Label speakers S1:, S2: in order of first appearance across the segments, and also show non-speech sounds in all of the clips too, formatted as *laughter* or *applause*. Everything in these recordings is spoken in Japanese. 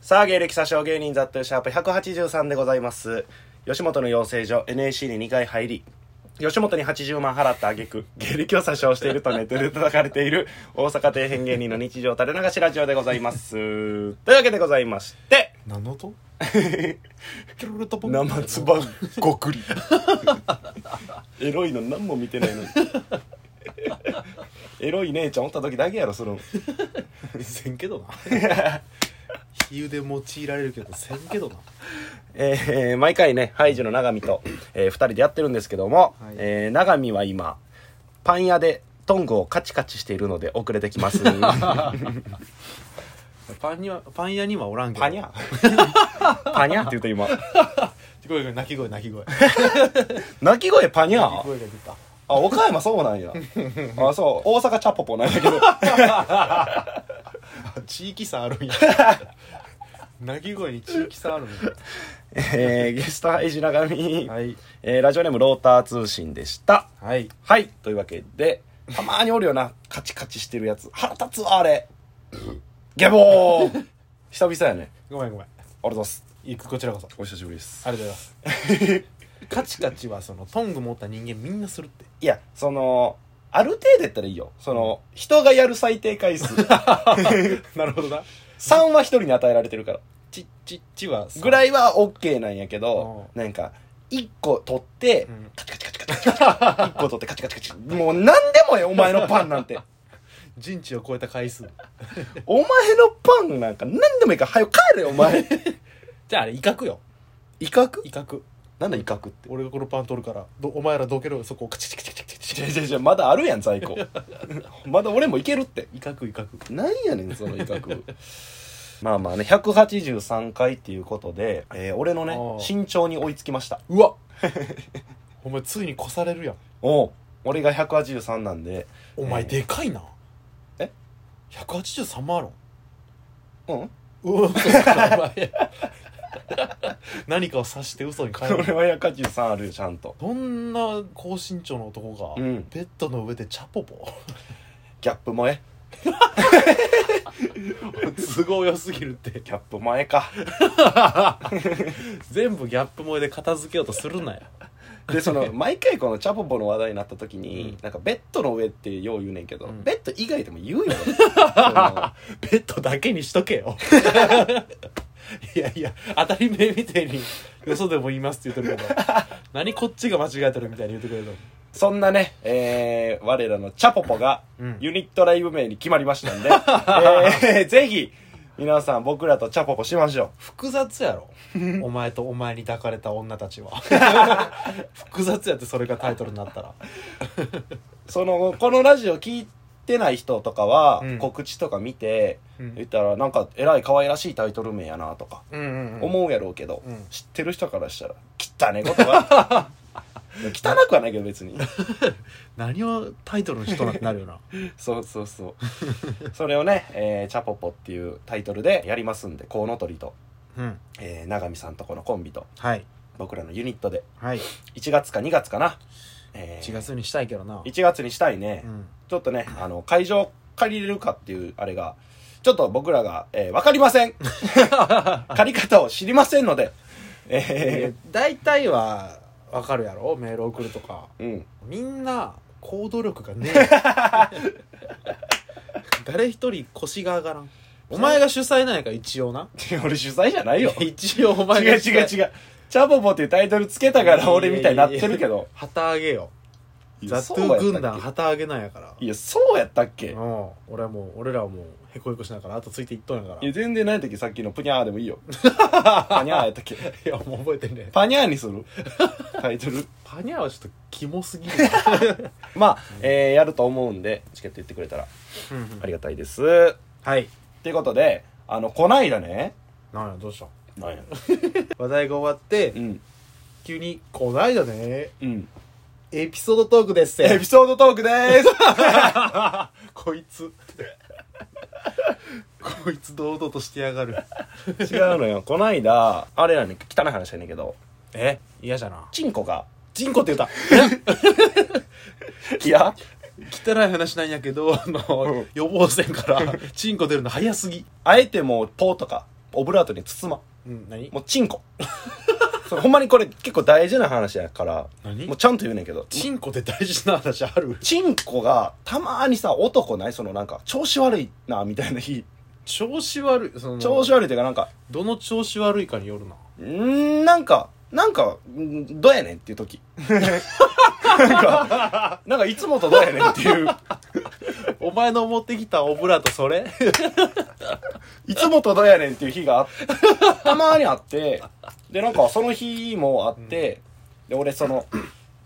S1: さあ、芸歴詐称芸人ザットゥシャープ183でございます。吉本の養成所 NAC に2回入り、吉本に80万払った挙句、芸歴を詐称しているとネットで叩かれている大阪底辺芸人の日常垂れ流しラジオでございます。というわけでございまして、
S2: 何の *laughs* 音キョロルトポン
S1: 生つばごくり。エロいの何も見てないのに。エロい姉ちゃんおった時だけやろ、その。
S2: せんけどな比喩で用いられるけどせんけどな
S1: えー毎回ね、ハイジの永見と、え2人でやってるんですけども、
S2: はい
S1: えー永見は今、パン屋でトングをカチカチしているので遅れてき
S2: *laughs*
S1: ます。パ
S2: パンにはパン屋にはおらんけど
S1: ニャ *laughs* パニャって言うと今。
S2: ごめんごめん鳴き声鳴き声
S1: 鳴き声パニ
S2: 鳴
S1: ャ
S2: き声が出た
S1: あ、岡山そうなん
S2: *laughs*
S1: や。あ、そう。大阪チャポポなんやけど。 *laughs*
S2: あ地域差あ *laughs* るんや鳴き声に地域差あるんや
S1: えーゲストハイジ永見、
S2: はい
S1: えーラジオネームローター通信でした。
S2: はい
S1: はい。というわけで、たまにおるよな。カチカチしてるやつ。腹立つわ、あれ。ゲボ
S2: *laughs*
S1: ー久々やね。
S2: ごめんごめん
S1: ありがとうございます。
S2: いくこちらこそ
S1: お久しぶりです
S2: あ。りがとうございます *laughs* カチカチはそのトング持った人間みんなするって
S1: いや、その、ある程度やったらいいよ。その、人がやる最低回 *laughs* 数。
S2: なるほどな
S1: 3は1人に与えられてるから。
S2: ちちちは
S1: ぐ
S2: い
S1: らいは OK なんやけど、なんか、1個取って
S2: うん、
S1: カチカチカチカチカチ。1個取ってカチカチカチ。もう何でもええ、お前のパンなん *laughs* て。
S2: 人知を超えた回数
S1: お前のパンなんか何でもいいから、早く帰れよ、お前。
S2: じゃああれ威嚇よ
S1: *laughs* 威嚇
S2: 威嚇
S1: なんだ威嚇って。
S2: 俺がこのパン取るからどお前らどけろよそこをカチチカチカチカチ
S1: じゃじゃじゃまだあるやん、在庫。 *laughs* まだ俺もいけるって。
S2: 威嚇威嚇
S1: なんやねんその威嚇 *laughs* まあまあね183回っていうことで、えー俺のね
S2: おう
S1: 身長に追いつきました
S2: うわ *laughs* お前ついに越されるやん
S1: おう俺が183なんで
S2: お前
S1: えー
S2: でかいな
S1: え
S2: 183万ある
S1: う
S2: ん
S1: ん
S2: うわ嘘つくなお前 *laughs* 何かを察して嘘に変え
S1: 俺
S2: る
S1: は183あるよちゃんと
S2: そんな高身長の男
S1: う
S2: が、
S1: ん
S2: ベッドの上でチャポポ
S1: ギャップ萌え
S2: 都合良 *laughs* すぎるって
S1: ギャップ萌え *laughs* か
S2: *laughs* 全部ギャップ萌えで片付けようとするなや
S1: でその毎回このチャポポの話題になった時に、
S2: うん
S1: なんかベッドの上ってよう言うねんけど、
S2: うん
S1: ベッド以外でも言うよ *laughs* その
S2: ベッドだけにしとけよ *laughs* いやいや当たり前みたいによそでも言いますって言ってるけ *laughs* ど何こっちが間違えてるみたいに言ってくれるの
S1: そんなね、えー、我らのチャポポが
S2: うん
S1: ユニットライブ名に決まりましたん *laughs* で、えー、ぜひ皆さん僕らとチャポポしましょ
S2: 複雑や *laughs* ろお前とお前に抱かれた女たち *laughs* は複雑やってそれがタイトルになったら
S1: う。その、このラジオ聞いてない人とかは
S2: うん
S1: 告知とか見て、
S2: うん
S1: 言ったらなんかえらい可愛らしいタイトル名やなとか
S2: うんうん、
S1: 思うやろうけど、
S2: うん
S1: 知ってる人からしたら汚ねことが
S2: *laughs*
S1: 汚くはないけど別に。
S2: 何をタイトルにしとなってなる *laughs* よな
S1: そうそうそう *laughs* それをね、えーチャポポっていうタイトルでやりますんでコウノトリと、
S2: うん
S1: えー、永見さんとこのコンビと
S2: はい
S1: 僕らのユニットで
S2: はい
S1: 1月か2月かな、え1
S2: 1
S1: 月
S2: 月にしたいけどな、
S1: 1月にしたいね、
S2: うん、
S1: ちょっとねあの会場借りれるかっていうあれがちょっと僕らが、えー、分かりま
S2: *laughs*
S1: せん借り方を知りませんのでえ
S2: 大体はわかるやろメール送るとか
S1: ー、うん
S2: みんな行動力がね
S1: *laughs*
S2: え誰一人腰が上がらんお前が主催なんやから一応な
S1: 俺主催じゃないよ違
S2: *laughs* 一応お
S1: う
S2: 前が
S1: 違う違う
S2: 主催
S1: チャポポっていうタイトルつけたから俺みたいになってるけど
S2: 旗揚げよ
S1: い
S2: ザ・
S1: や
S2: ト
S1: そうやったっ
S2: ゥー
S1: け
S2: 軍団旗揚げなんやから
S1: いやそうやったっけ
S2: うん俺はもう俺らはもうへこへこしながらあとついていっとんやか
S1: い
S2: ら
S1: や
S2: い
S1: 全然ない時さっきのプニャーでもい
S2: *laughs*
S1: いよパニャーやったっけ
S2: やもう覚えてんね
S1: パニャーに
S2: *laughs*
S1: するタイトル
S2: パニャはちょっとキモすぎる
S1: まあ、えーやると思うんでチケット言ってくれたらありがたいです
S2: *laughs* はい
S1: っていうことであのこないだね
S2: なんやどうした
S1: なんや
S2: 話題が終わって
S1: うん
S2: 急に「こないだね
S1: うん
S2: エピソードトークですって
S1: エピソードトークでーす
S2: *laughs* こいつこいつ堂々としてやがる
S1: *laughs* 違うのよこないだあれやねん汚い話やねんけど
S2: え嫌じゃな
S1: チンコが
S2: チンコって言った
S1: いや
S2: 汚い話なんやけどあの、
S1: うん
S2: 予防線からチンコ出るの早すぎ
S1: あえてもうポーとかオブラートに包まん
S2: うん何
S1: もうチンコ *laughs* それほんまにこれ結構大事な話やから
S2: 何
S1: もうちゃんと言うねんけど
S2: チンコって大事な話ある
S1: チンコがたまにさ男ないそのなんか調子悪いなみたいな日
S2: 調子悪いその
S1: 調子悪いっていうかなんか
S2: どの調子悪いかによるなん
S1: ーなんかなんかんどうやねんっていう時なんかなんかいつもとどうやねんっていう
S2: *laughs* お前の持ってきたオブラートそれ
S1: いつもとどうやねんっていう日があったまにあってでなんかその日もあって、で俺その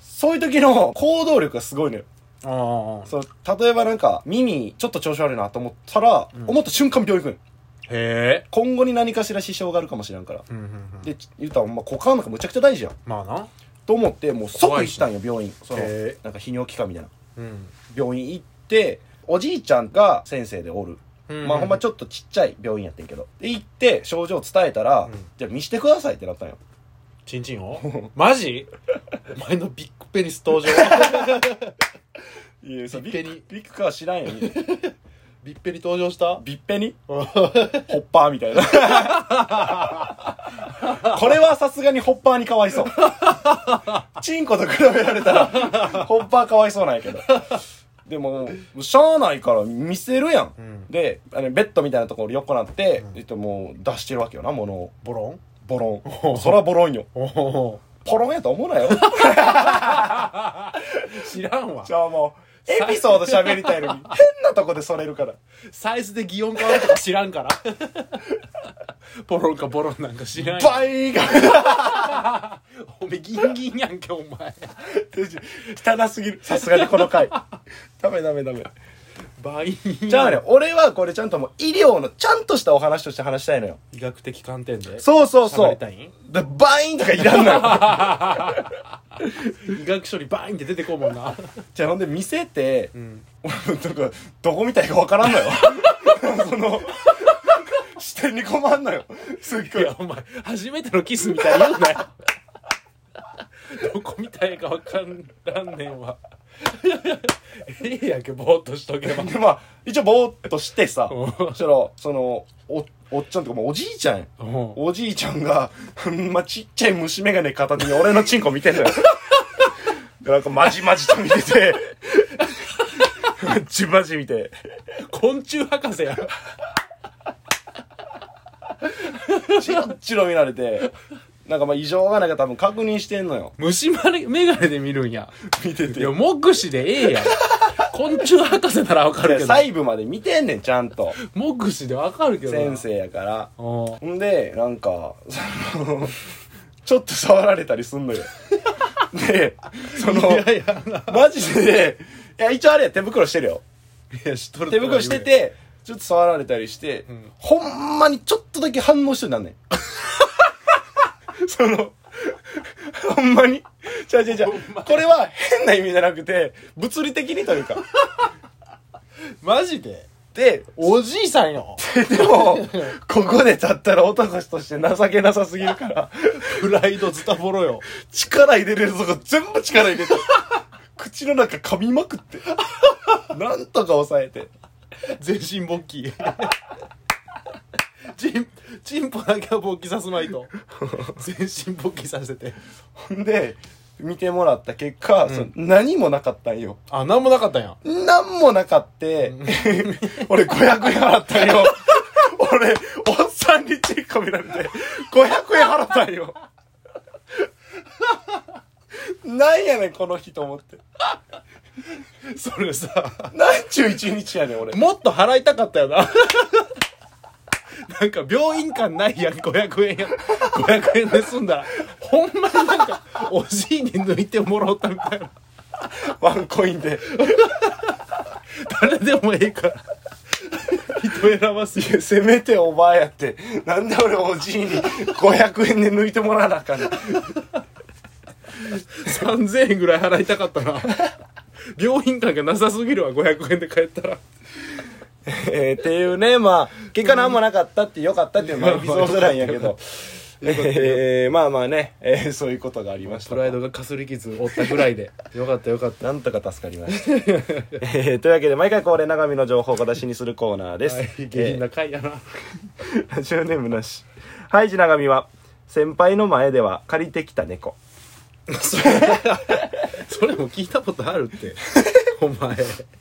S1: そういう時の行動力がすごいのよ
S2: ああ
S1: そう例えばなんか耳ちょっと調子悪いなと思ったら、
S2: うん
S1: 思った瞬間病院行くん
S2: へえ
S1: 今後に何かしら支障があるかもしれんから
S2: うんうんうん
S1: で言うたらほんま股間なんかむちゃくちゃ大事やん
S2: まあな
S1: と思ってもう即行ったんよ病院その
S2: へえ
S1: なんか泌尿器科みたいな
S2: うん
S1: 病院行っておじいちゃんが先生でおるまあほんま
S2: ょ
S1: ちょっとちっちゃい病院やってんけど。で、行って、症状伝えたら、
S2: うん
S1: じゃあ見してくださいってなったんよ。
S2: チンチン *laughs* をマジお前のビッグペニス登場
S1: いや
S2: そう
S1: ビ
S2: ビ
S1: ッペ
S2: ッペ
S1: ニ
S2: ニ。
S1: ビッグカー知ら
S2: *laughs*
S1: んよ。
S2: ビッペニ登場した
S1: ビッペニホッパーみた
S2: *laughs*
S1: いな。これはさすがにホッパーにかわいそう。チンコと比べられたら、ホッパーかわいそうなんやけど。でも、しゃあないから見せるやん。
S2: うん
S1: で、あのベッドみたいなところ横なって、
S2: うん
S1: えっともう出してるわけよな、ものを。
S2: ボロン
S1: ボロン。そらボロンよ。
S2: おお
S1: ポロンやと思うな
S2: *laughs*
S1: よ。
S2: 知らんわ
S1: じゃあもう、エピソード喋りた
S2: *laughs*
S1: いのに、変なとこでそれるから。
S2: サイズで擬音変わるとか知らんから *laughs* ボロンかボロンなんか知らんよ
S1: バイが、
S2: おめえギンギンやんけお前
S1: 汚すぎる。さすがにこの回。ダメダメダメ。
S2: 倍
S1: じゃあね、俺はこれちゃんともう医療のちゃんとしたお話として話したいのよ。
S2: 医学的観点で
S1: そうそうそ
S2: 喋
S1: う
S2: り。たいん
S1: でバインとかいらん
S2: *laughs*
S1: のよ。
S2: 医学書にバーンって出てこうもんな
S1: じゃあほんで見せて
S2: う、ん
S1: 俺のとこ、 *laughs* どこ見たいかわからんのよ。 *laughs* その、視点に困んのよ。すっ
S2: い
S1: ごい
S2: や。お前初めてのキスみたいに言うなよどこみたいか分からんねんわ *laughs* ええやんけぼーっとしとけば
S1: でまあ、一応ぼーっとしてさ、
S2: うん
S1: そしたら、その、お、おっちゃんとかもうおじいちゃんや
S2: うん
S1: おじいちゃんが、ほんまちっちゃい虫眼鏡片手に俺のチンコ見てんのよ。で、なんかまじまじと見てて、 *laughs* まじまじ見て。
S2: *laughs* 昆虫博士やん
S1: チロッチロ見られて、なんかまあ異常がないか多分確認してんのよ。
S2: 虫眼鏡で見るんや
S1: 見て
S2: い
S1: て。
S2: や目視でええやん昆虫博士なら分かるけど
S1: 細部まで見てんねん、ちゃんと。
S2: 目視で分かるけどな
S1: 先生やから。
S2: うん
S1: ほんで、なんか、その、ちょっと触られたりすん
S2: *laughs*
S1: のよ。で、その、
S2: いやいや
S1: マジで、いや、一応あれや手袋してるよ。
S2: いや、しとる
S1: 手袋して。て、ちょっと触られたりして、
S2: ん
S1: ほんまにちょっとだけ反応してなんね *laughs* ん。その、ほんまに。じゃじゃじゃこれは変な意味じゃなくて、物理的にというか。
S2: *laughs* マジで
S1: で、
S2: おじいさんよ。
S1: でも、ここで立ったら男として情けなさすぎるから、
S2: プライドズタボロよ。
S1: 力入れれるとこ全部力入れて、口の中噛みまくって、なんとか抑えて。
S2: 全身勃起。 *laughs* チン、チンポだけは勃起させまい *laughs* と。全身勃起させて。
S1: ほんで、見てもらった結果、その何もなかったんよ。
S2: あ、なんもなかったんや。
S1: なんもなかって、俺500円払ったんよ。俺、おっさんにチンコ見られて、500円払ったんよ。なんやねん、この日と思って。
S2: それさ、
S1: なんちゅう一日やねん、俺。
S2: もっと払いたかったよな。なんか病院感ないやん、500円や。500円で済んだら。ほんまになんか、おじいに抜いてもらおったみたいな。
S1: ワンコインで。
S2: 誰でもええから。人選ばすよ。
S1: せめておばあやって、なんで俺おじいに500円で抜いてもらわなあかんねん。
S2: 3000円ぐらい払いたかったな病院感がなさすぎるわ500円で帰ったら
S1: えーっていうね、まあ、結果何もなかったって良かったっていうのもエピソードなんやけど。
S2: よかったよ
S1: えーまあまあね、えーそういうことがありました
S2: プライドがかすり傷負ったぐらいでよかったよかった
S1: なんとか助かりました、えーというわけで毎回恒例長見の情報を小出しにするコーナーです、
S2: はい下品な回やな、
S1: ラジオネームなし。ハイジ長見は、先輩の前では借りてきた猫。
S2: それも聞いたことあるってお前